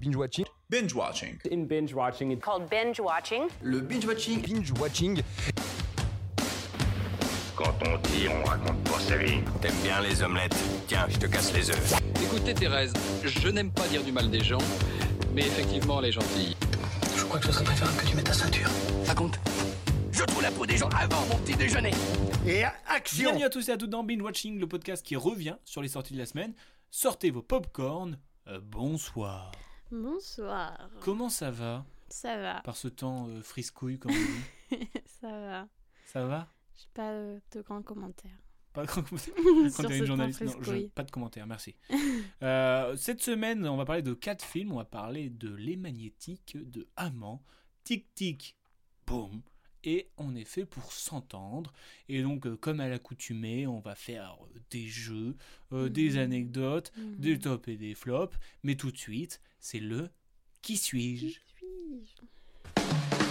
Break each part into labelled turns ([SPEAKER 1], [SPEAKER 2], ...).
[SPEAKER 1] Binge watching.
[SPEAKER 2] Binge watching.
[SPEAKER 3] In binge watching, it's
[SPEAKER 4] called binge watching.
[SPEAKER 5] Le binge watching.
[SPEAKER 1] Binge watching.
[SPEAKER 6] Quand on tire, on raconte pour sa vie. T'aimes bien les omelettes Tiens, je te casse les œufs.
[SPEAKER 7] Écoutez Thérèse, je n'aime pas dire du mal des gens, mais effectivement elle est gentille.
[SPEAKER 8] Je crois que ce serait préférable que tu mettes ta ceinture.
[SPEAKER 9] Ça compte je trouve la peau des gens avant mon petit déjeuner.
[SPEAKER 10] Et action
[SPEAKER 11] Bienvenue à tous et à toutes dans Binge Watching, le podcast qui revient sur les sorties de la semaine. Sortez vos popcorn. Euh, bonsoir.
[SPEAKER 12] Bonsoir.
[SPEAKER 11] Comment ça va
[SPEAKER 12] Ça va.
[SPEAKER 11] Par ce temps euh, friscouille, comme on
[SPEAKER 12] dit. ça va.
[SPEAKER 11] Ça va
[SPEAKER 12] J'ai pas euh, de grands commentaires.
[SPEAKER 11] Pas de grands commentaires.
[SPEAKER 12] Quand t'es une journaliste, non,
[SPEAKER 11] je... pas de commentaires, merci. Euh, cette semaine, on va parler de quatre films. On va parler de Les Magnétiques, de Amant, Tic Tic, Boom, et on est fait pour s'entendre. Et donc, euh, comme à l'accoutumée, on va faire euh, des jeux, euh, mmh. des anecdotes,
[SPEAKER 12] Hmm.
[SPEAKER 11] mmh. des tops et des flops. Mais tout de suite, c'est le Qui suis-je
[SPEAKER 12] Qui suis-je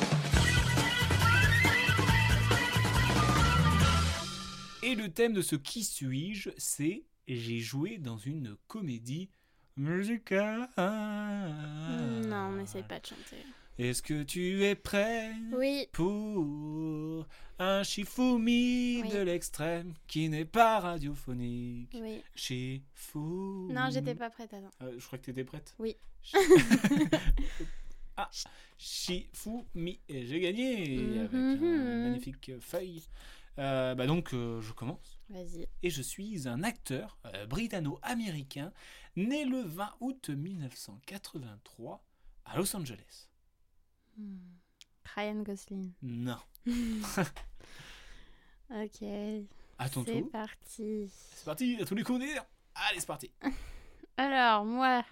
[SPEAKER 11] Et le thème de ce Qui suis-je, c'est J'ai joué dans une comédie musicale.
[SPEAKER 12] Ah. Hmm, Non, n'essaye pas de chanter.
[SPEAKER 11] Est-ce que tu es prêt
[SPEAKER 12] oui.
[SPEAKER 11] pour un Shifumi oui. de l'extrême qui n'est pas radiophonique
[SPEAKER 12] Oui. Hmm.
[SPEAKER 11] Shifumi.
[SPEAKER 12] Non, j'étais pas prête, attends.
[SPEAKER 11] Euh, je crois que t'étais prête.
[SPEAKER 12] Oui.
[SPEAKER 11] ah, Shifumi, et j'ai gagné mm
[SPEAKER 12] Mm-hmm.
[SPEAKER 11] -hmm. avec une magnifique feuille. Euh, bah donc, euh, je commence.
[SPEAKER 12] Vas-y.
[SPEAKER 11] Et je suis un acteur euh, britanno-américain né le 20 août 1983 à Los Angeles.
[SPEAKER 12] Hmm. Ryan Gosling.
[SPEAKER 11] Non.
[SPEAKER 12] ok.
[SPEAKER 11] À ton
[SPEAKER 12] C'est parti.
[SPEAKER 11] C'est parti, à tous les coups Allez, c'est parti.
[SPEAKER 12] Alors, moi.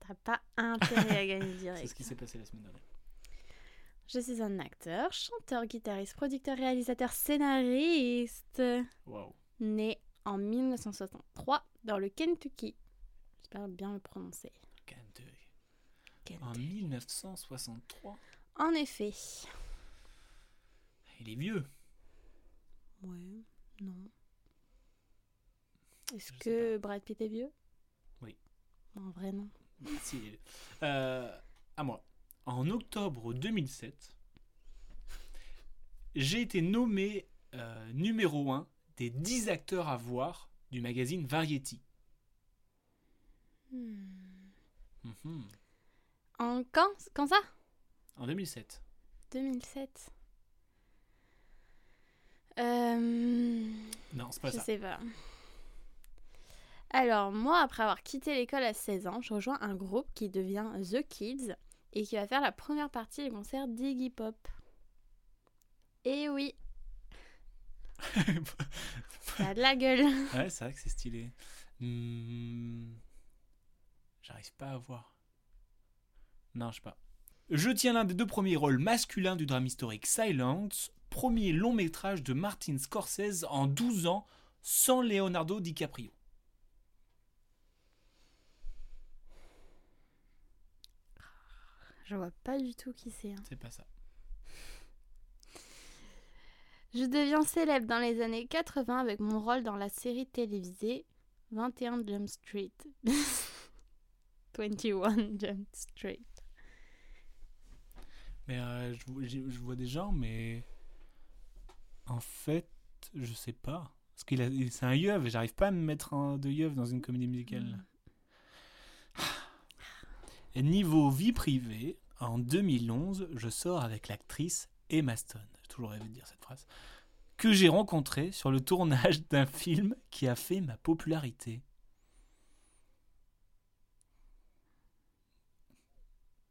[SPEAKER 12] T'as pas intérêt à gagner direct.
[SPEAKER 11] c'est ce qui s'est passé la semaine dernière.
[SPEAKER 12] Je suis un acteur, chanteur, guitariste, producteur, réalisateur, scénariste.
[SPEAKER 11] Wow.
[SPEAKER 12] Né en 1963 dans le Kentucky. J'espère bien le prononcer.
[SPEAKER 11] Kentucky. En 1963
[SPEAKER 12] En effet.
[SPEAKER 11] Il est vieux.
[SPEAKER 12] Ouais, non. Est-ce que Brad Pitt est vieux
[SPEAKER 11] Oui.
[SPEAKER 12] En vrai, non.
[SPEAKER 11] Bah, si. euh, à moi. En octobre 2007, j'ai été nommé euh, numéro 1 des 10 acteurs à voir du magazine Variety.
[SPEAKER 12] Hmm. Mmh. En quand Quand ça
[SPEAKER 11] Mhm. En 2007.
[SPEAKER 12] 2007. Euh...
[SPEAKER 11] Non, c'est pas
[SPEAKER 12] je
[SPEAKER 11] ça.
[SPEAKER 12] Je sais pas. Alors, moi, après avoir quitté l'école à 16 ans, je rejoins un groupe qui devient The Kids et qui va faire la première partie du concert d'Iggy Pop. Et oui Ça a de la gueule
[SPEAKER 11] Ouais, c'est vrai que c'est stylé. Mmh... J'arrive pas à voir. Non, je sais pas. Je tiens l'un des deux premiers rôles masculins du drame historique Silence, premier long métrage de Martin Scorsese en 12 ans, sans Leonardo DiCaprio.
[SPEAKER 12] Je vois pas du tout qui c'est. Hein.
[SPEAKER 11] C'est pas ça.
[SPEAKER 12] Je deviens célèbre dans les années 80 avec mon rôle dans la série télévisée 21 Jump Street. 21 Jump Street.
[SPEAKER 11] Mais euh, je, je, je, vois des gens, mais en fait, je sais pas. Parce qu'il c'est un yeuf et j'arrive pas à me mettre un, de yeuf dans une comédie musicale. Et niveau vie privée, en 2011, je sors avec l'actrice Emma Stone. J'ai toujours rêvé de dire cette phrase. Que j'ai rencontrée sur le tournage d'un film qui a fait ma popularité.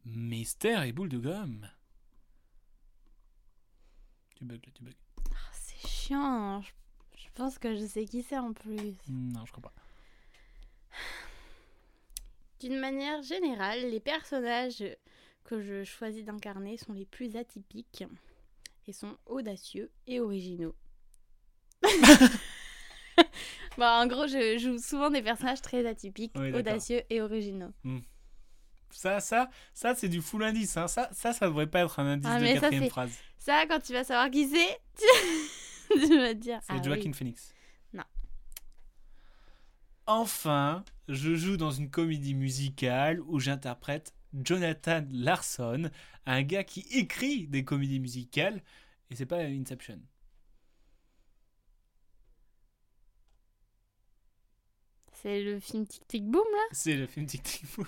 [SPEAKER 11] Mystère et boule de gomme. Tu bugs là, tu bugs.
[SPEAKER 12] Oh, c'est chiant. hein. Je, je, pense que je sais qui c'est en plus.
[SPEAKER 11] Hmm, Non, je crois pas.
[SPEAKER 12] D'une manière générale, les personnages que je choisis d'incarner sont les plus atypiques et sont audacieux et originaux. bon, en gros, je joue souvent des personnages très atypiques,
[SPEAKER 11] oui,
[SPEAKER 12] audacieux et originaux.
[SPEAKER 11] Mmh. Ça, ça, ça, c'est du full indice. Hein. Ça, ça, ça devrait pas être un indice
[SPEAKER 12] ah,
[SPEAKER 11] de
[SPEAKER 12] mais
[SPEAKER 11] quatrième
[SPEAKER 12] ça,
[SPEAKER 11] phrase.
[SPEAKER 12] Ça, quand tu vas savoir qui c'est, tu... tu vas te dire.
[SPEAKER 11] C'est
[SPEAKER 12] ah,
[SPEAKER 11] Joaquin
[SPEAKER 12] oui.
[SPEAKER 11] Phoenix.
[SPEAKER 12] Non.
[SPEAKER 11] enfin, je joue dans une comédie musicale où j'interprète Jonathan Larson, un gars qui écrit des comédies musicales, et c'est pas Inception.
[SPEAKER 12] C'est le film Tic Tic Boom là
[SPEAKER 11] C'est le film Tic Tic Boom.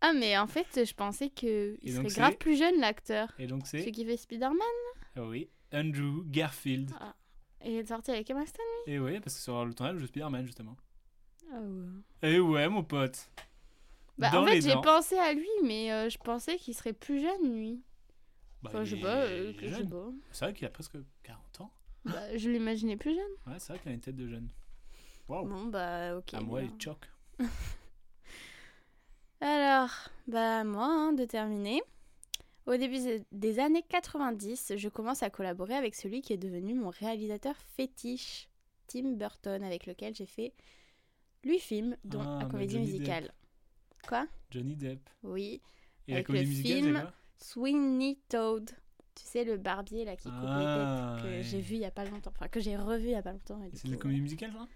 [SPEAKER 12] Ah mais en fait je pensais que
[SPEAKER 11] Et
[SPEAKER 12] il
[SPEAKER 11] donc,
[SPEAKER 12] serait
[SPEAKER 11] c'est-
[SPEAKER 12] grave plus jeune l'acteur.
[SPEAKER 11] Et donc c'est
[SPEAKER 12] Celui qui fait Spider-Man
[SPEAKER 11] ah oui, Andrew Garfield.
[SPEAKER 12] et il est sorti avec Emma Stone.
[SPEAKER 11] Et oui, parce que sur le tournage de Spider-Man justement.
[SPEAKER 12] Ah ouais.
[SPEAKER 11] Et ouais, mon pote.
[SPEAKER 12] Bah,
[SPEAKER 11] Dans
[SPEAKER 12] en fait
[SPEAKER 11] les
[SPEAKER 12] j'ai
[SPEAKER 11] dents.
[SPEAKER 12] pensé à lui mais euh, je pensais qu'il serait plus jeune lui.
[SPEAKER 11] Bah,
[SPEAKER 12] Enfin
[SPEAKER 11] il
[SPEAKER 12] je sais
[SPEAKER 11] est
[SPEAKER 12] pas, euh, que- je sais
[SPEAKER 11] jeune.
[SPEAKER 12] pas.
[SPEAKER 11] C'est vrai qu'il a presque 40 ans.
[SPEAKER 12] Bah, je l'imaginais plus jeune.
[SPEAKER 11] Ouais, c'est vrai qu'il a une tête de jeune. Waouh.
[SPEAKER 12] Bon bah ok.
[SPEAKER 11] À moi,
[SPEAKER 12] bien.
[SPEAKER 11] il choque.
[SPEAKER 12] Alors, bah moi, hein, de terminer. Au début des- des années 90, je commence à collaborer avec celui qui est devenu mon réalisateur fétiche, Tim Burton, avec lequel j'ai fait 8 films, dont
[SPEAKER 11] Ah,
[SPEAKER 12] la
[SPEAKER 11] mais
[SPEAKER 12] comédie
[SPEAKER 11] Johnny
[SPEAKER 12] musicale.
[SPEAKER 11] Johnny Depp.
[SPEAKER 12] Oui,
[SPEAKER 11] Et
[SPEAKER 12] Avec
[SPEAKER 11] la comédie
[SPEAKER 12] le
[SPEAKER 11] musicale,
[SPEAKER 12] film
[SPEAKER 11] c'est quoi
[SPEAKER 12] Sweeney Toad. Tu sais, le barbier là qui coupe
[SPEAKER 11] Ah,
[SPEAKER 12] les têtes, que
[SPEAKER 11] ouais.
[SPEAKER 12] j'ai vu il y a pas longtemps, enfin que j'ai revu il y a pas longtemps. et du
[SPEAKER 11] C'est de la
[SPEAKER 12] coup,
[SPEAKER 11] comédie musicale, ça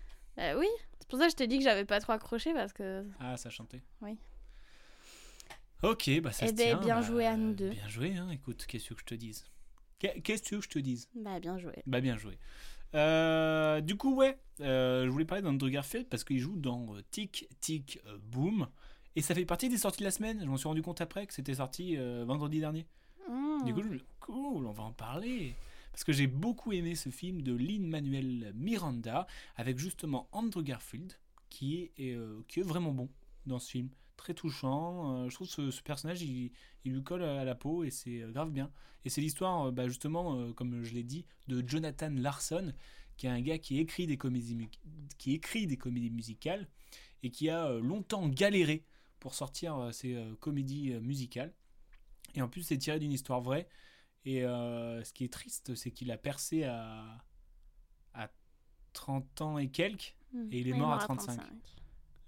[SPEAKER 12] euh, oui, c'est pour ça que je t'ai dit que j'avais pas trop accroché parce que
[SPEAKER 11] Ah, ça chantait.
[SPEAKER 12] Oui.
[SPEAKER 11] Ok, bah ça
[SPEAKER 12] Eh
[SPEAKER 11] se
[SPEAKER 12] ben,
[SPEAKER 11] tient.
[SPEAKER 12] bien
[SPEAKER 11] bah,
[SPEAKER 12] joué à nous deux.
[SPEAKER 11] Bien joué, hein. Écoute, qu'est-ce que je te dise Qu'est- Qu'est-ce que tu veux que je te dise
[SPEAKER 12] bah bien joué.
[SPEAKER 11] Bah bien joué. Euh, du coup, ouais, euh, je voulais parler d'Andrew Garfield parce qu'il joue dans euh, Tic Tic euh, Boom. Et ça fait partie des sorties de la semaine. Je m'en suis rendu compte après que c'était sorti euh, vendredi dernier.
[SPEAKER 12] Hmm.
[SPEAKER 11] Du coup, je me dis, cool, on va en parler. Parce que j'ai beaucoup aimé ce film de Lin-Manuel Miranda avec justement Andrew Garfield qui est, est, euh, qui est vraiment bon dans ce film. Très touchant. Euh, je trouve ce, ce personnage, il, il lui colle à la peau et c'est euh, grave bien. Et c'est l'histoire, euh, bah, justement, euh, comme je l'ai dit, de Jonathan Larson, qui est un gars qui écrit des comédies, mu- qui écrit des comédies musicales et qui a euh, longtemps galéré pour sortir euh, ses euh, comédies euh, musicales. Et en plus, c'est tiré d'une histoire vraie. Et euh, ce qui est triste, c'est qu'il a percé à, à 30 ans et quelques.
[SPEAKER 12] Hmm.
[SPEAKER 11] et il est mort à 35.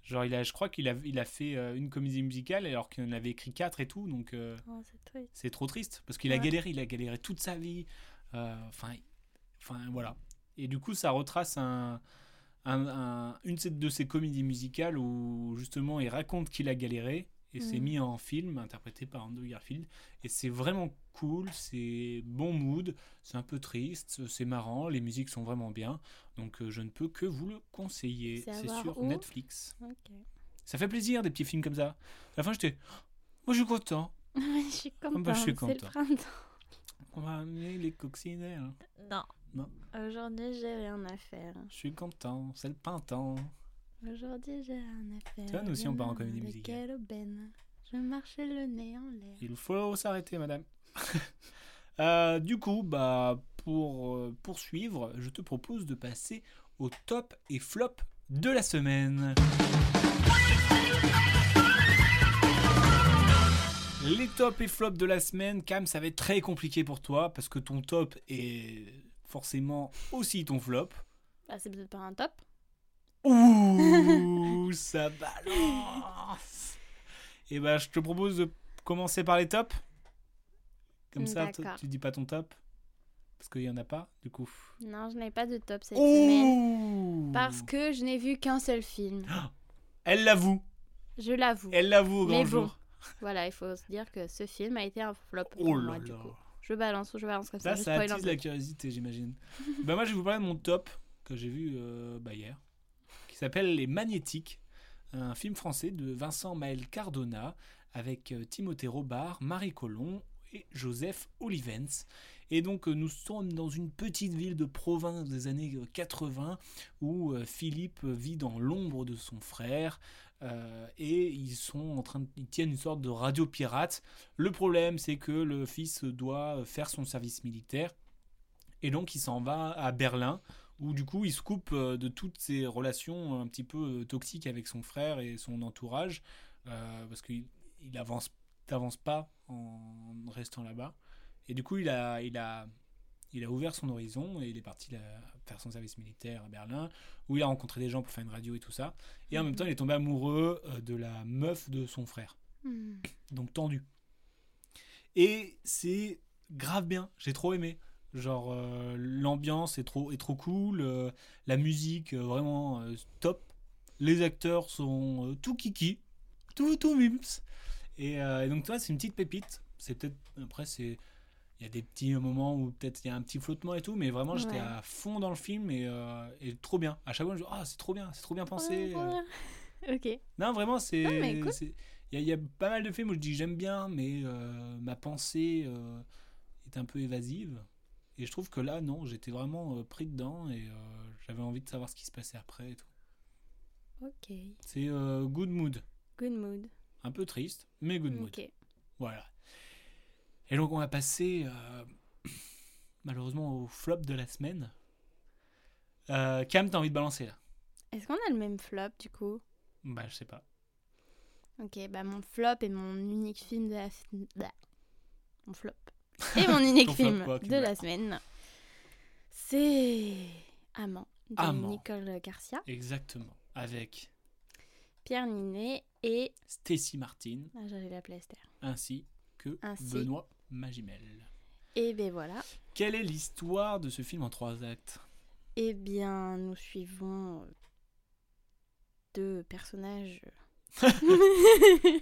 [SPEAKER 11] Genre, il a, je crois qu'il a, il a fait euh, une comédie musicale alors qu'il en avait écrit quatre et tout. Donc, euh,
[SPEAKER 12] Oh, c'est triste.
[SPEAKER 11] c'est trop triste parce qu'il a
[SPEAKER 12] Ouais.
[SPEAKER 11] galéré, il a galéré toute sa vie. Euh, Enfin, enfin voilà. Et du coup, ça retrace un, un- un- une de ses comédies musicales où justement il raconte qu'il a galéré et c'est
[SPEAKER 12] Mhm.
[SPEAKER 11] mis en film, interprété par Andrew Garfield. Et c'est vraiment cool, c'est bon mood, c'est un peu triste, c'est marrant, les musiques sont vraiment bien. Donc euh, je ne peux que vous le conseiller.
[SPEAKER 12] C'est à
[SPEAKER 11] C'est
[SPEAKER 12] voir
[SPEAKER 11] sur
[SPEAKER 12] où
[SPEAKER 11] Netflix.
[SPEAKER 12] Ok.
[SPEAKER 11] Ça fait plaisir des petits films comme ça. À la fin, j'étais, Oh, moi je suis content.
[SPEAKER 12] je suis contente.
[SPEAKER 11] bah, je suis
[SPEAKER 12] c'est le
[SPEAKER 11] contente.
[SPEAKER 12] printemps.
[SPEAKER 11] On va amener les coccinelles.
[SPEAKER 12] Non.
[SPEAKER 11] Non.
[SPEAKER 12] Aujourd'hui, j'ai rien à faire.
[SPEAKER 11] Je suis content, c'est le printemps.
[SPEAKER 12] Aujourd'hui, j'ai rien à faire.
[SPEAKER 11] Tu vois, nous aussi, on part en
[SPEAKER 12] Demain,
[SPEAKER 11] comédie
[SPEAKER 12] de
[SPEAKER 11] musicale.
[SPEAKER 12] Quelle aubaine. ben. Je marchais le nez en l'air.
[SPEAKER 11] Il faut s'arrêter, madame. Euh, du coup, bah, pour euh, poursuivre, je te propose de passer au top et flop de la semaine. Les tops et flops de la semaine, Cam, ça va être très compliqué pour toi parce que ton top est forcément aussi ton flop.
[SPEAKER 12] Ah, c'est peut-être pas un top.
[SPEAKER 11] Ouh, ça balance. Et ben, je te propose de commencer par les tops. Comme ça, t-
[SPEAKER 12] D'accord.
[SPEAKER 11] tu dis pas ton top. Parce qu'il y en a pas, du coup.
[SPEAKER 12] Non, je n'ai pas de top cette semaine.
[SPEAKER 11] Oh Ouh
[SPEAKER 12] Parce que je n'ai vu qu'un seul film.
[SPEAKER 11] Elle l'avoue.
[SPEAKER 12] Je l'avoue.
[SPEAKER 11] Elle l'avoue au grand
[SPEAKER 12] Mais bon.
[SPEAKER 11] jour.
[SPEAKER 12] Voilà, il faut se dire que ce film a été un flop. pour
[SPEAKER 11] Oh
[SPEAKER 12] moi,
[SPEAKER 11] là
[SPEAKER 12] du
[SPEAKER 11] là.
[SPEAKER 12] coup. Je balance ou je balance comme ça.
[SPEAKER 11] Là,
[SPEAKER 12] je
[SPEAKER 11] ça
[SPEAKER 12] spoil un
[SPEAKER 11] attise
[SPEAKER 12] peu.
[SPEAKER 11] la curiosité, j'imagine. bah, moi, je vais vous parler de mon top que j'ai vu euh, bah, hier, qui s'appelle Les Magnétiques, un film français de Vincent Maël Cardona avec euh, Timothée Robard, Marie Colomb et Joseph Olivens. Et donc, euh, nous sommes dans une petite ville de province des années euh, 80 où euh, Philippe vit dans l'ombre de son frère. euh, et ils sont en train de, ils tiennent une sorte de radio pirate le problème, c'est que le fils doit faire son service militaire. Et donc, il s'en va à Berlin, où du coup, il se coupe euh, de toutes ses relations un petit peu euh, toxiques avec son frère et son entourage, euh, parce qu'il il avance, t'avance pas en restant là-bas. Et du coup, il a, il a, il a ouvert son horizon et il est parti là, faire son service militaire à Berlin, où il a rencontré des gens pour faire une radio et tout ça. Et en même temps, il est tombé amoureux euh, de la meuf de son frère
[SPEAKER 12] Hmm.
[SPEAKER 11] donc tendu. Et c'est grave bien, j'ai trop aimé. Genre euh, l'ambiance est trop, est trop cool, euh, la musique euh, vraiment euh, top. Les acteurs sont euh, tout kiki, tout tout mims. Et, euh, et donc toi, c'est une petite pépite. C'est peut-être après c'est il y a des petits moments où peut-être il y a un petit flottement et tout, mais vraiment j'étais
[SPEAKER 12] Ouais.
[SPEAKER 11] à fond dans le film et, euh, et trop bien. À chaque fois, je me dis ah c'est trop bien, c'est trop bien pensé. Euh,
[SPEAKER 12] ok.
[SPEAKER 11] non, vraiment, c'est.
[SPEAKER 12] Non, mais cool.
[SPEAKER 11] c'est- Il y, a- il y a pas mal de films où je dis j'aime bien, mais euh, ma pensée euh, est un peu évasive. Et je trouve que là, non, j'étais vraiment euh, pris dedans et euh, j'avais envie de savoir ce qui se passait après et tout.
[SPEAKER 12] Ok.
[SPEAKER 11] C'est euh, Good Mood.
[SPEAKER 12] Good mood.
[SPEAKER 11] Un peu triste, mais Good Mood.
[SPEAKER 12] Ok.
[SPEAKER 11] Voilà. Et donc, on va passer euh, malheureusement au flop de la semaine. Euh, Cam, t'as envie de balancer là
[SPEAKER 12] Est-ce qu'on a le même flop du coup
[SPEAKER 11] Bah, je sais pas.
[SPEAKER 12] Ok, bah mon flop et mon unique film de la semaine. Mon flop. Et mon unique
[SPEAKER 11] Ton flop,
[SPEAKER 12] film
[SPEAKER 11] quoi, tu
[SPEAKER 12] de
[SPEAKER 11] veux.
[SPEAKER 12] la semaine. C'est Amant de
[SPEAKER 11] Amant.
[SPEAKER 12] Nicole Garcia,
[SPEAKER 11] Exactement. Avec
[SPEAKER 12] Pierre Ninet et.
[SPEAKER 11] Stacy Martin.
[SPEAKER 12] Ah, j'avais la Esther.
[SPEAKER 11] ainsi que
[SPEAKER 12] Ainsi.
[SPEAKER 11] Benoît Magimel.
[SPEAKER 12] Et ben voilà.
[SPEAKER 11] Quelle est l'histoire de ce film en trois actes
[SPEAKER 12] Eh bien, nous suivons euh, deux personnages.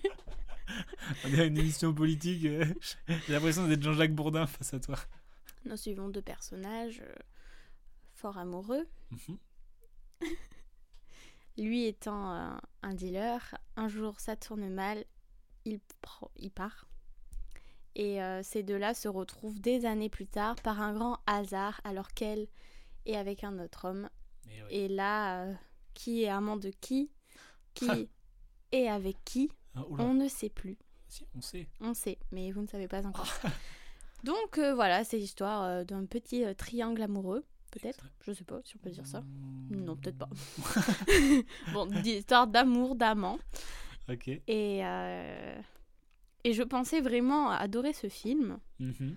[SPEAKER 11] On dirait une émission politique. euh, J'ai l'impression d'être Jean-Jacques Bourdin face à toi.
[SPEAKER 12] nous suivons deux personnages euh, fort amoureux.
[SPEAKER 11] Mhm.
[SPEAKER 12] Lui étant euh, un dealer, un jour ça tourne mal, il, prend- il part. Et euh, ces deux-là se retrouvent des années plus tard par un grand hasard, alors qu'elle est avec un autre homme.
[SPEAKER 11] Mais oui.
[SPEAKER 12] Et là, euh, qui est amant de qui Qui est avec qui
[SPEAKER 11] Ah, oula,
[SPEAKER 12] On ne sait plus.
[SPEAKER 11] si, on sait.
[SPEAKER 12] On sait, mais vous ne savez pas encore. Donc euh, voilà, c'est l'histoire euh, d'un petit euh, triangle amoureux, peut-être. Je sais pas si on peut dire ça.
[SPEAKER 11] Hmm. Mm.
[SPEAKER 12] Non, peut-être pas. bon, d'histoire d'amour, d'amant.
[SPEAKER 11] Ok.
[SPEAKER 12] Et, euh, et je pensais vraiment adorer ce film.
[SPEAKER 11] Mhm.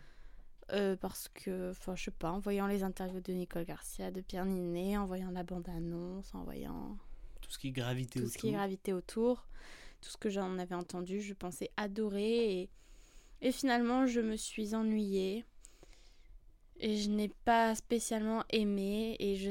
[SPEAKER 12] euh, parce que, enfin, je sais pas, en voyant les interviews de Nicole Garcia, de Pierre Ninet, en voyant la bande-annonce, en voyant
[SPEAKER 11] Tout ce qui est gravité
[SPEAKER 12] tout ce
[SPEAKER 11] autour.
[SPEAKER 12] qui gravitait autour, tout ce que j'en avais entendu, je pensais adorer et, et finalement je me suis ennuyée et je n'ai pas spécialement aimé et je,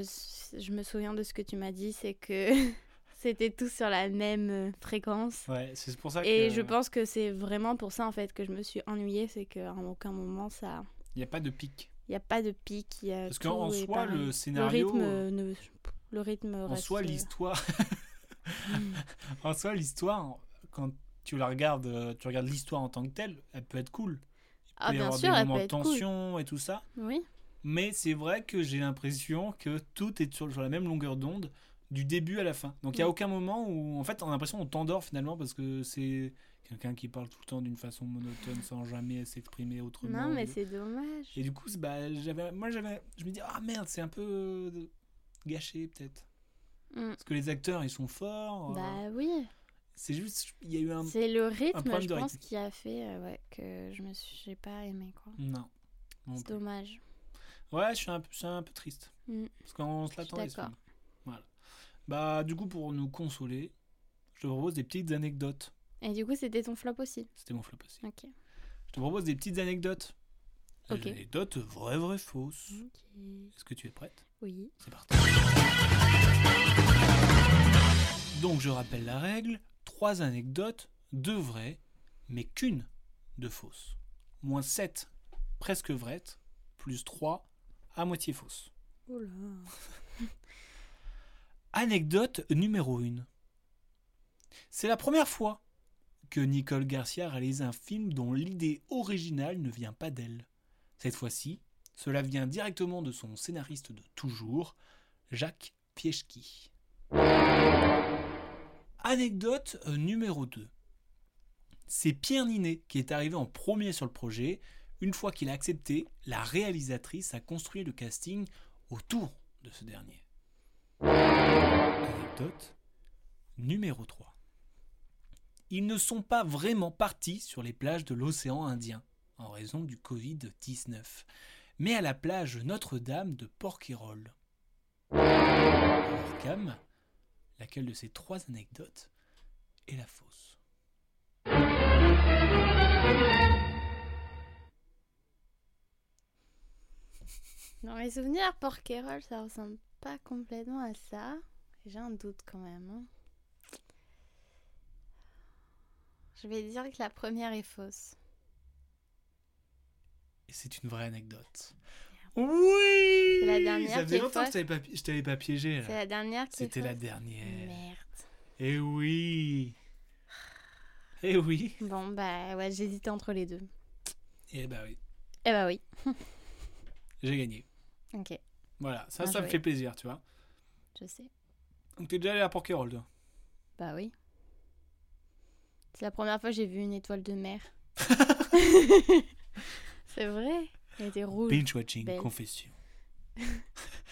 [SPEAKER 12] je me souviens de ce que tu m'as dit, c'est que c'était tout sur la même euh, fréquence.
[SPEAKER 11] Ouais, c'est pour ça
[SPEAKER 12] Et
[SPEAKER 11] que
[SPEAKER 12] je pense que c'est vraiment pour ça en fait que je me suis ennuyée, c'est qu'à aucun moment ça...
[SPEAKER 11] il n'y a pas de pic.
[SPEAKER 12] Il n'y a pas de pic, il y a
[SPEAKER 11] Parce
[SPEAKER 12] tout
[SPEAKER 11] qu'en en
[SPEAKER 12] est
[SPEAKER 11] soi,
[SPEAKER 12] pareil.
[SPEAKER 11] le scénario,
[SPEAKER 12] rythme,
[SPEAKER 11] euh,
[SPEAKER 12] ne- le rythme
[SPEAKER 11] en
[SPEAKER 12] reste... euh,
[SPEAKER 11] soi l'histoire, en soi l'histoire, quand tu la regardes, euh, tu regardes l'histoire en tant que telle, elle peut être cool.
[SPEAKER 12] Ah
[SPEAKER 11] il peut y
[SPEAKER 12] bien
[SPEAKER 11] avoir
[SPEAKER 12] sûr,
[SPEAKER 11] des
[SPEAKER 12] elle
[SPEAKER 11] moments
[SPEAKER 12] peut
[SPEAKER 11] de
[SPEAKER 12] être cool.
[SPEAKER 11] tension et tout ça.
[SPEAKER 12] Oui.
[SPEAKER 11] Mais c'est vrai que j'ai l'impression que tout est sur, sur la même longueur d'onde du début à la fin. Donc il n'y a
[SPEAKER 12] Mm.
[SPEAKER 11] aucun moment où, en fait, on a l'impression qu'on t'endort finalement parce que c'est quelqu'un qui parle tout le temps d'une façon monotone sans jamais s'exprimer autrement.
[SPEAKER 12] Non, mais c'est dommage.
[SPEAKER 11] Et du coup, c'est- bah, j'avais, moi, j'avais, je me dis, ah merde, c'est un peu euh, gâché peut-être.
[SPEAKER 12] Mm.
[SPEAKER 11] Parce que les acteurs, ils sont forts. euh,
[SPEAKER 12] Bah oui,
[SPEAKER 11] C'est juste, il y a eu un...
[SPEAKER 12] c'est le rythme,
[SPEAKER 11] problème
[SPEAKER 12] je
[SPEAKER 11] de
[SPEAKER 12] pense,
[SPEAKER 11] rythme.
[SPEAKER 12] qui a fait euh, ouais, que je me suis j'ai pas aimé quoi.
[SPEAKER 11] Non. Non
[SPEAKER 12] C'est
[SPEAKER 11] plus.
[SPEAKER 12] dommage.
[SPEAKER 11] Ouais, je suis un, peu- je suis un peu triste.
[SPEAKER 12] Mm.
[SPEAKER 11] Parce qu'on se
[SPEAKER 12] Je suis
[SPEAKER 11] l'attendait. ce
[SPEAKER 12] d'accord.
[SPEAKER 11] film. Voilà. Bah, du coup, pour nous consoler, je te propose des petites anecdotes.
[SPEAKER 12] Et du coup, c'était ton flop aussi.
[SPEAKER 11] C'était mon flop aussi.
[SPEAKER 12] Ok.
[SPEAKER 11] Je te propose des petites anecdotes. Des
[SPEAKER 12] Ok.
[SPEAKER 11] anecdotes vraies, vraies, fausses.
[SPEAKER 12] Ok.
[SPEAKER 11] Est-ce que tu es prête
[SPEAKER 12] Oui.
[SPEAKER 11] C'est parti. Donc, je rappelle la règle trois anecdotes, deux vraies, mais qu'une de fausse. Moins 7 presque vraies, plus 3 à moitié fausses.
[SPEAKER 12] Oula.
[SPEAKER 11] Anecdote numéro 1. C'est la première fois que Nicole Garcia réalise un film dont l'idée originale ne vient pas d'elle. Cette fois-ci, cela vient directement de son scénariste de toujours, Jacques Pieschki. Anecdote numéro 2. C'est Pierre Ninet qui est arrivé en premier sur le projet. Une fois qu'il a accepté, la réalisatrice a construit le casting autour de ce dernier. Anecdote numéro 3. Ils ne sont pas vraiment partis sur les plages de l'océan Indien en raison du Covid-19, mais à la plage Notre-Dame de Porquerolles. Alors, Cam, laquelle de ces trois anecdotes est la fausse
[SPEAKER 12] Dans mes souvenirs, Porquerolles, ça ressemble pas complètement à ça. J'ai un doute quand même. hein. Je vais dire que la première est fausse.
[SPEAKER 11] Et c'est une vraie anecdote. Oui
[SPEAKER 12] C'est la dernière
[SPEAKER 11] Ça
[SPEAKER 12] qui
[SPEAKER 11] faisait
[SPEAKER 12] est
[SPEAKER 11] longtemps que je
[SPEAKER 12] fausse.
[SPEAKER 11] t'avais pas, pi- je t'avais pas piégé. là.
[SPEAKER 12] C'est la dernière qui est
[SPEAKER 11] Ah. C'était la
[SPEAKER 12] fausse
[SPEAKER 11] dernière.
[SPEAKER 12] Merde.
[SPEAKER 11] Eh oui Eh oui
[SPEAKER 12] Bon, bah ouais, j'hésitais entre les deux.
[SPEAKER 11] Eh bah oui,
[SPEAKER 12] Eh bah oui.
[SPEAKER 11] j'ai gagné.
[SPEAKER 12] Ok,
[SPEAKER 11] Voilà, ça,
[SPEAKER 12] Bien
[SPEAKER 11] ça me
[SPEAKER 12] joué.
[SPEAKER 11] fait plaisir, tu vois.
[SPEAKER 12] je sais.
[SPEAKER 11] Donc t'es déjà allé à Porquerolles, toi
[SPEAKER 12] Bah oui. C'est la première fois que j'ai vu une étoile de mer. C'est vrai. Elle était rouge.
[SPEAKER 11] Binge watching,
[SPEAKER 12] belle.
[SPEAKER 11] confession.
[SPEAKER 12] Et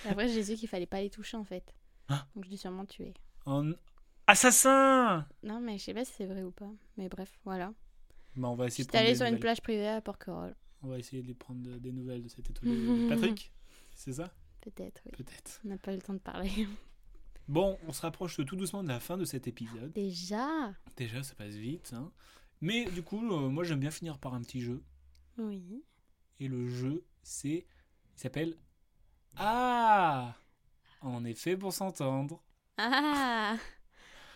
[SPEAKER 12] Après, j'ai su qu'il fallait pas les toucher en fait.
[SPEAKER 11] Hein
[SPEAKER 12] Donc je l'ai sûrement tué.
[SPEAKER 11] En- Assassin
[SPEAKER 12] Non, mais je sais pas si c'est vrai ou pas. Mais bref, voilà.
[SPEAKER 11] Bah on va essayer de
[SPEAKER 12] J'étais
[SPEAKER 11] prendre
[SPEAKER 12] allée
[SPEAKER 11] des
[SPEAKER 12] sur une
[SPEAKER 11] nouvelles.
[SPEAKER 12] plage privée à Porquerolles.
[SPEAKER 11] On va essayer de lui prendre de- des nouvelles de cet étoile de- de Patrick. C'est ça
[SPEAKER 12] Peut-être, oui.
[SPEAKER 11] Peut-être.
[SPEAKER 12] On n'a pas eu le temps de parler.
[SPEAKER 11] Bon, on se rapproche tout doucement de la fin de cet épisode.
[SPEAKER 12] Déjà
[SPEAKER 11] Déjà, ça passe vite. hein. Mais du coup, euh, moi j'aime bien finir par un petit jeu.
[SPEAKER 12] Oui.
[SPEAKER 11] Et le jeu, c'est. Il s'appelle. Ah En effet, pour s'entendre.
[SPEAKER 12] Ah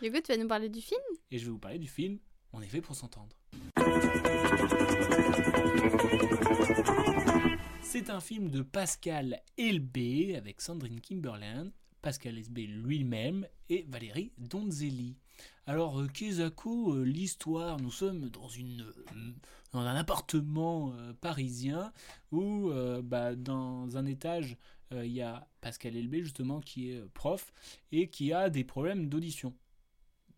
[SPEAKER 12] Du coup, tu vas nous parler du film
[SPEAKER 11] Et je vais vous parler du film En effet, pour s'entendre. C'est un film de Pascal Elbé avec Sandrine Kimberland, Pascal Elbé lui-même et Valérie Donzelli. Alors, euh, Kezako, euh, l'histoire, nous sommes dans, une, euh, dans un appartement euh, parisien où, euh, bah, dans un étage, euh, il y a Pascal Elbé, justement, qui est euh, prof et qui a des problèmes d'audition.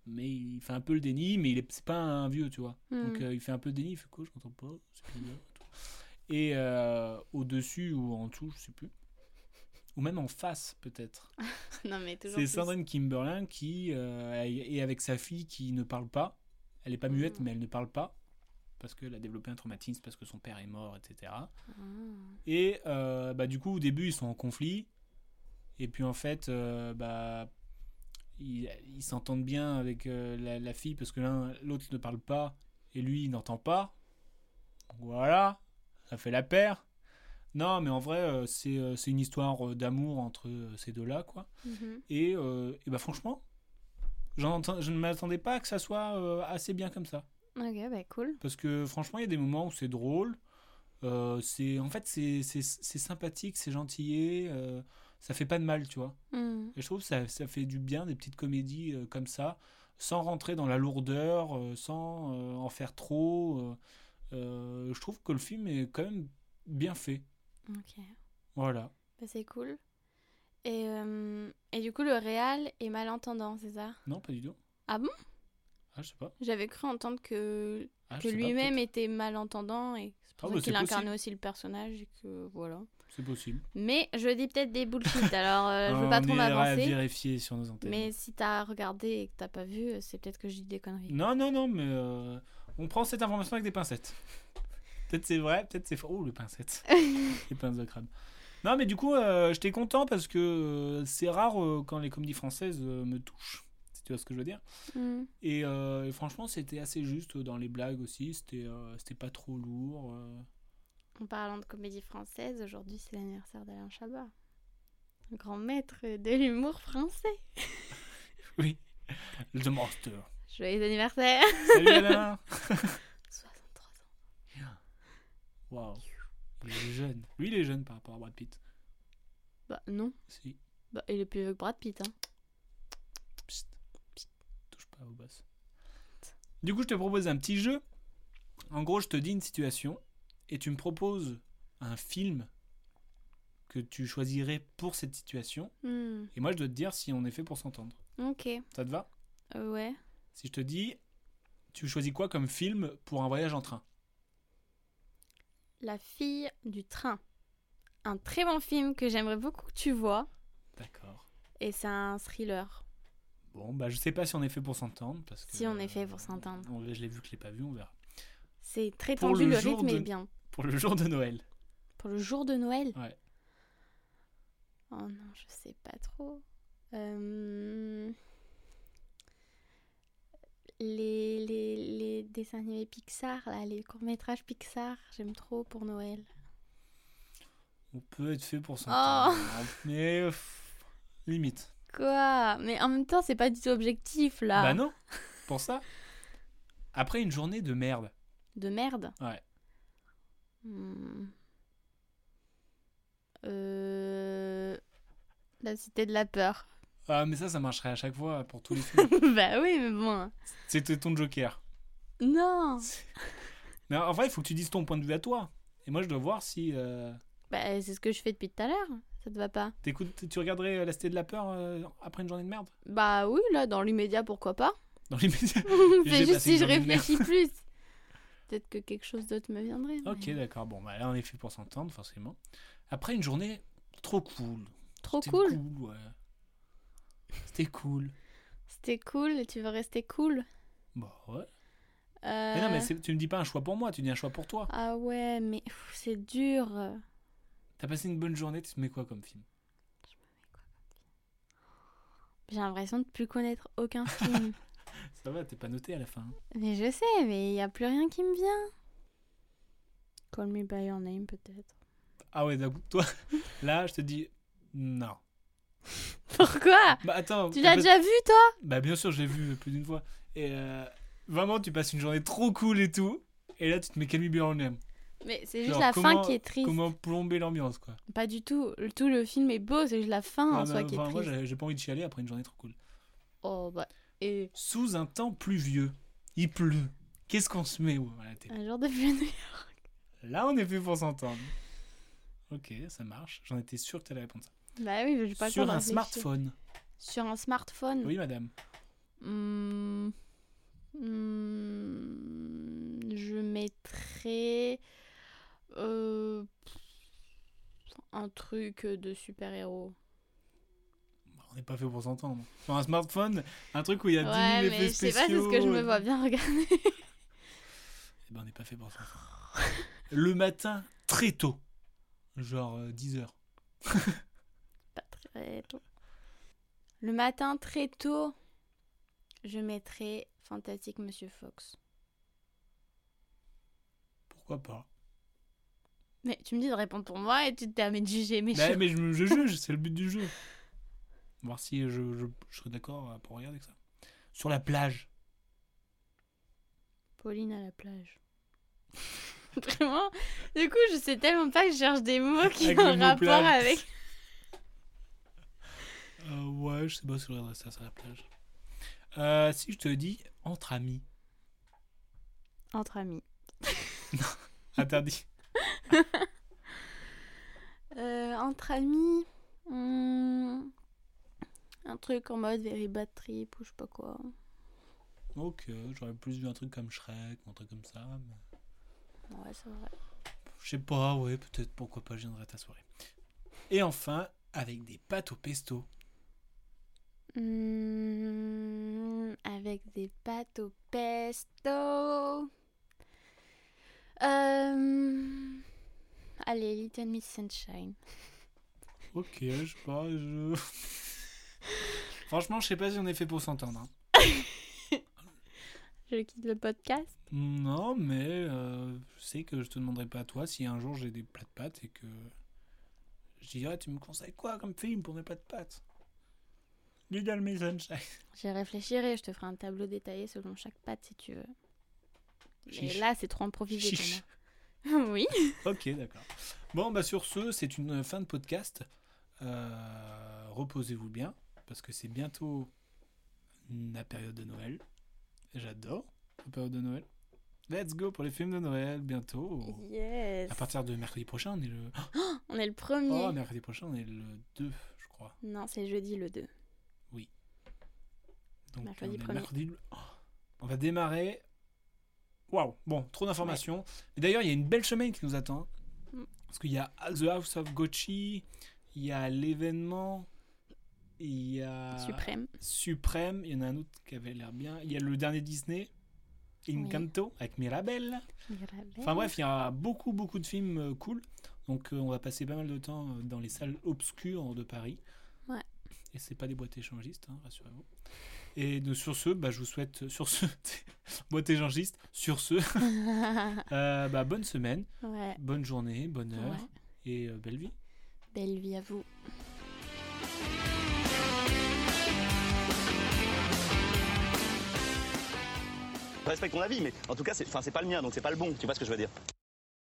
[SPEAKER 11] Mais il fait un peu le déni, mais il est- c'est pas un vieux, tu vois. Donc
[SPEAKER 12] Hmm.
[SPEAKER 11] euh, il fait un peu de déni, il fait quoi Je n'entends pas, c'est bizarre. et tout. Et euh, au-dessus ou en dessous, je sais plus. Ou même en face, peut-être.
[SPEAKER 12] Non, mais toujours.
[SPEAKER 11] C'est
[SPEAKER 12] plus.
[SPEAKER 11] Sandrine Kimberlin qui euh, est avec sa fille qui ne parle pas. Elle n'est pas muette,
[SPEAKER 12] Mhm.
[SPEAKER 11] mais elle ne parle pas. Parce qu'elle a développé un traumatisme, parce que son père est mort, etc.
[SPEAKER 12] Ah.
[SPEAKER 11] Et euh, bah, du coup, au début, ils sont en conflit. Et puis en fait, euh, bah, ils ils s'entendent bien avec euh, la, la fille parce que l'un, l'autre ne parle pas et lui, il n'entend pas. Voilà, ça fait la paire. Non, mais en vrai, euh, c'est euh, c'est une histoire euh, d'amour entre euh, ces deux-là, quoi.
[SPEAKER 12] Mhm.
[SPEAKER 11] Et, euh, et bah franchement, j'en entends- je ne m'attendais pas que ça soit euh, assez bien comme ça.
[SPEAKER 12] Ok, bah cool.
[SPEAKER 11] Parce que franchement, il y a des moments où c'est drôle. euh, c'est en fait c'est c'est- c'est sympathique, c'est gentillet, euh, ça fait pas de mal, tu vois.
[SPEAKER 12] Hmm.
[SPEAKER 11] Et je trouve que ça ça fait du bien des petites comédies euh, comme ça, sans rentrer dans la lourdeur, euh, sans euh, en faire trop. euh, euh, je trouve que le film est quand même bien fait.
[SPEAKER 12] Ok.
[SPEAKER 11] Voilà.
[SPEAKER 12] Bah, c'est cool. Et, euh, et du coup, le réal est malentendant, c'est ça
[SPEAKER 11] Non, pas du tout.
[SPEAKER 12] Ah bon
[SPEAKER 11] Ah je sais pas.
[SPEAKER 12] J'avais cru entendre que,
[SPEAKER 11] Ah, je
[SPEAKER 12] que
[SPEAKER 11] sais pas,
[SPEAKER 12] lui-même
[SPEAKER 11] peut-être.
[SPEAKER 12] était malentendant et c'est
[SPEAKER 11] Ah,
[SPEAKER 12] pour ça
[SPEAKER 11] bah, c'est
[SPEAKER 12] qu'il incarnait
[SPEAKER 11] possible.
[SPEAKER 12] aussi le personnage et que voilà.
[SPEAKER 11] C'est possible.
[SPEAKER 12] Mais je dis peut-être des bullshit, alors euh, je veux
[SPEAKER 11] Ah,
[SPEAKER 12] pas
[SPEAKER 11] on
[SPEAKER 12] trop
[SPEAKER 11] ira
[SPEAKER 12] m'avancer.
[SPEAKER 11] vérifier sur nos antennes.
[SPEAKER 12] Mais si t'as regardé et que t'as pas vu, euh, c'est peut-être que je dis des conneries.
[SPEAKER 11] Non, non, non, mais euh, on prend cette information avec des pincettes. Peut-être c'est vrai, peut-être c'est faux. Oh, les pincettes. les pinces de crabe. Non, mais du coup, euh, j'étais content parce que euh, c'est rare euh, quand les comédies françaises euh, me touchent. Si tu vois ce que je veux dire.
[SPEAKER 12] Hmm.
[SPEAKER 11] Et, euh, et franchement, c'était assez juste dans les blagues aussi. C'était euh, c'était pas trop lourd. euh.
[SPEAKER 12] En parlant de comédie française, aujourd'hui c'est l'anniversaire d'Alain Chabat. Le grand maître de l'humour français.
[SPEAKER 11] The Monster.
[SPEAKER 12] Joyeux anniversaire
[SPEAKER 11] Salut Alain
[SPEAKER 12] 63 ans.
[SPEAKER 11] Waouh. Il est jeune. Lui, il est jeune par rapport à Brad Pitt.
[SPEAKER 12] Bah non,
[SPEAKER 11] Si.
[SPEAKER 12] bah, il est plus vieux que Brad Pitt. Hein.
[SPEAKER 11] Psst, psst, touche pas au boss. Du coup, je te propose un petit jeu. En gros, je te dis une situation et tu me proposes un film que tu choisirais pour cette situation.
[SPEAKER 12] Hmm.
[SPEAKER 11] Et moi, je dois te dire si on est fait pour s'entendre.
[SPEAKER 12] Ok,
[SPEAKER 11] Ça te va
[SPEAKER 12] Euh, ouais.
[SPEAKER 11] Si je te dis, tu choisis quoi comme film pour un voyage en train
[SPEAKER 12] La fille du train. Un très bon film que j'aimerais beaucoup que tu vois.
[SPEAKER 11] D'accord.
[SPEAKER 12] Et c'est un thriller.
[SPEAKER 11] Bon, bah, je sais pas si on est fait pour s'entendre. parce que,
[SPEAKER 12] Si on est fait
[SPEAKER 11] euh,
[SPEAKER 12] pour s'entendre.
[SPEAKER 11] on- Je l'ai vu que je l'ai pas vu, on verra.
[SPEAKER 12] C'est très
[SPEAKER 11] Pour
[SPEAKER 12] tendu,
[SPEAKER 11] le
[SPEAKER 12] le,
[SPEAKER 11] jour
[SPEAKER 12] rythme
[SPEAKER 11] de-
[SPEAKER 12] est bien.
[SPEAKER 11] Pour le jour de Noël.
[SPEAKER 12] Pour le jour de Noël
[SPEAKER 11] Ouais.
[SPEAKER 12] Oh non, je sais pas trop. Euh, Les, les, les dessins animés Pixar, là, les courts-métrages Pixar, j'aime trop pour Noël. Oh.
[SPEAKER 11] On peut être fait pour s'entendre. Mais pff, limite.
[SPEAKER 12] Quoi Mais en même temps, c'est pas du tout objectif là.
[SPEAKER 11] Bah non, pour ça. Après une journée de merde.
[SPEAKER 12] De merde.
[SPEAKER 11] Ouais.
[SPEAKER 12] Hmm. Euh... La cité de la peur.
[SPEAKER 11] Ah, mais ça, ça marcherait à chaque fois pour tous les films.
[SPEAKER 12] bah oui, mais bon.
[SPEAKER 11] C'était ton joker.
[SPEAKER 12] Non.
[SPEAKER 11] Mais en vrai, il faut que tu dises ton point de vue à toi. Et moi, je dois voir si. euh,
[SPEAKER 12] Bah c'est ce que je fais depuis tout à l'heure. Ça te va pas
[SPEAKER 11] t'écoutes- tu regarderais euh, La Cité de la Peur euh, après une journée de merde
[SPEAKER 12] Bah oui, là, dans l'immédiat, pourquoi pas
[SPEAKER 11] Dans les médias. J'ai
[SPEAKER 12] C'est juste
[SPEAKER 11] passé une
[SPEAKER 12] si je
[SPEAKER 11] journée de merde.
[SPEAKER 12] réfléchis plus. Peut-être que quelque chose d'autre me viendrait. mais-
[SPEAKER 11] Ok, d'accord. Bon, bah là, on est fait pour s'entendre, forcément. Après une journée trop cool.
[SPEAKER 12] Trop
[SPEAKER 11] C'était
[SPEAKER 12] cool.
[SPEAKER 11] ouais. C'était cool.
[SPEAKER 12] C'était cool et tu veux rester cool.
[SPEAKER 11] Bah ouais.
[SPEAKER 12] Euh,
[SPEAKER 11] Mais non, mais c'est- tu me dis pas un choix pour moi, tu dis un choix pour toi.
[SPEAKER 12] Ah ouais, mais pff, c'est dur.
[SPEAKER 11] T'as passé une bonne journée, tu te mets quoi comme film
[SPEAKER 12] J'ai l'impression de plus connaître aucun film.
[SPEAKER 11] Ça va, t'es pas noté à la fin. hein.
[SPEAKER 12] mais je sais, mais il n'y a plus rien qui me vient. Call me by your name, peut-être.
[SPEAKER 11] Ah ouais, donc toi, là, je te dis non.
[SPEAKER 12] Pourquoi
[SPEAKER 11] Bah attends.
[SPEAKER 12] Tu
[SPEAKER 11] t'as
[SPEAKER 12] l'as
[SPEAKER 11] pas-
[SPEAKER 12] déjà vu, toi
[SPEAKER 11] Bah bien sûr, je l'ai vu plus d'une fois. Et euh, vraiment, tu passes une journée trop cool et tout. Et là, tu te mets Camille Burnem.
[SPEAKER 12] Mais c'est juste
[SPEAKER 11] Genre,
[SPEAKER 12] la
[SPEAKER 11] comment-
[SPEAKER 12] fin qui est triste.
[SPEAKER 11] Comment plomber l'ambiance, quoi.
[SPEAKER 12] Pas du tout. Le- Tout le film est beau, c'est juste la fin
[SPEAKER 11] Ah,
[SPEAKER 12] en
[SPEAKER 11] bah,
[SPEAKER 12] soi qui est
[SPEAKER 11] enfin, moi,
[SPEAKER 12] triste.
[SPEAKER 11] j'ai j'ai pas envie de chialer après une journée trop cool.
[SPEAKER 12] oh bah. Et
[SPEAKER 11] Sous un temps pluvieux, il pleut. Qu'est-ce qu'on se met ouais, à la télé
[SPEAKER 12] un jour de pluie.
[SPEAKER 11] Là, on est fait pour s'entendre. Ok, ça marche. J'en étais sûr que t'allais répondre ça.
[SPEAKER 12] bah oui, mais j'ai pas le temps
[SPEAKER 11] Sur
[SPEAKER 12] de
[SPEAKER 11] un
[SPEAKER 12] réfléchir.
[SPEAKER 11] smartphone.
[SPEAKER 12] Sur un smartphone
[SPEAKER 11] Oui, madame.
[SPEAKER 12] Hmm. Hmm. Je mettrais euh, un truc de super-héros.
[SPEAKER 11] Bah, On n'est pas fait pour s'entendre. Sur un smartphone, un truc où il y a 10 000 effets
[SPEAKER 12] mais je sais pas, c'est ce que je
[SPEAKER 11] spéciaux. euh.
[SPEAKER 12] me vois bien regarder.
[SPEAKER 11] Eh ben, on n'est pas fait pour ça. Le matin, très tôt. Genre euh, 10h.
[SPEAKER 12] Pas très tôt. Le matin, très tôt, je mettrais Fantastique Monsieur Fox.
[SPEAKER 11] Pourquoi pas
[SPEAKER 12] Mais tu me dis de répondre pour moi et tu te permets de juger mes
[SPEAKER 11] Bah,
[SPEAKER 12] choix.
[SPEAKER 11] Mais je, me- je juge, c'est le but du jeu. Voir si je, je, je serais d'accord euh, pour regarder avec ça. Sur la plage.
[SPEAKER 12] Pauline à la plage. Vraiment, du coup, je sais tellement pas que je cherche des mots qui
[SPEAKER 11] Avec
[SPEAKER 12] ont
[SPEAKER 11] le mot
[SPEAKER 12] un rapport
[SPEAKER 11] plage.
[SPEAKER 12] avec.
[SPEAKER 11] Euh, ouais, je sais pas si je regarderais ça sur la plage. Euh, si je te dis entre amis,
[SPEAKER 12] Entre amis.
[SPEAKER 11] interdit.
[SPEAKER 12] Euh, entre amis. hmm, Un truc en mode very bad trip ou je sais pas quoi.
[SPEAKER 11] ok, j'aurais plus vu un truc comme Shrek, un truc comme ça. mais-
[SPEAKER 12] Ouais, c'est vrai.
[SPEAKER 11] Je sais pas, ouais, peut-être pourquoi pas, je viendrai à ta soirée. Et enfin, avec des pâtes au pesto.
[SPEAKER 12] Hmm, avec des pâtes au pesto. Euh, Allez, Little Miss Sunshine.
[SPEAKER 11] Ok, je sais pas, je... Franchement, je sais pas si on est fait pour s'entendre. hein.
[SPEAKER 12] Je quitte le podcast.
[SPEAKER 11] Non, mais euh, je sais que je te demanderai pas à toi si un jour j'ai des plats de pâtes et que je dirais tu me conseilles quoi comme film pour mes plats de pâtes Little Miss Sunshine.
[SPEAKER 12] J'y réfléchirai, je te ferai un tableau détaillé selon chaque pâte si tu veux. Mais
[SPEAKER 11] Chiche.
[SPEAKER 12] là, c'est trop improvisé pour
[SPEAKER 11] Chiche.
[SPEAKER 12] moi. oui.
[SPEAKER 11] Ok, d'accord. Bon, bah sur ce, c'est une fin de podcast. Euh, Reposez-vous bien, parce que c'est bientôt la période de Noël. J'adore la période de Noël. Let's go pour les films de Noël, bientôt.
[SPEAKER 12] Yes.
[SPEAKER 11] À partir de mercredi prochain, on est le...
[SPEAKER 12] On est le premier.
[SPEAKER 11] Oh, mercredi prochain, on est le 2, je crois.
[SPEAKER 12] Non, c'est jeudi le 2.
[SPEAKER 11] Donc,
[SPEAKER 12] Mercredi
[SPEAKER 11] on est
[SPEAKER 12] premier.
[SPEAKER 11] mercredi le- Oh, on va démarrer. Waouh, bon, trop d'informations. Mais D'ailleurs, il y a une belle semaine qui nous attend. hein.
[SPEAKER 12] Mm.
[SPEAKER 11] Parce qu'il y a The House of Gucci, il y a l'événement, il y a
[SPEAKER 12] Suprême.
[SPEAKER 11] Suprême, il y en a un autre qui avait l'air bien. Il y a le dernier Disney, Encanto, avec Mirabelle.
[SPEAKER 12] Ben
[SPEAKER 11] Enfin bref, il y a beaucoup, beaucoup de films euh, cool. Donc euh, on va passer pas mal de temps euh, dans les salles obscures de Paris.
[SPEAKER 12] Ouais.
[SPEAKER 11] Et c'est pas des boîtes échangistes, hein, rassurez-vous. Et de- sur ce, bah, je vous souhaite, sur ce, boîte échangiste, sur ce, euh, bah, bonne semaine,
[SPEAKER 12] ouais.
[SPEAKER 11] bonne journée, bonne heure
[SPEAKER 12] Ouais.
[SPEAKER 11] et euh, belle vie.
[SPEAKER 12] Belle vie à vous.
[SPEAKER 7] respecte ton avis, mais en tout cas, c'est enfin, c'est pas le mien, donc c'est pas le bon. Tu vois ce que je veux dire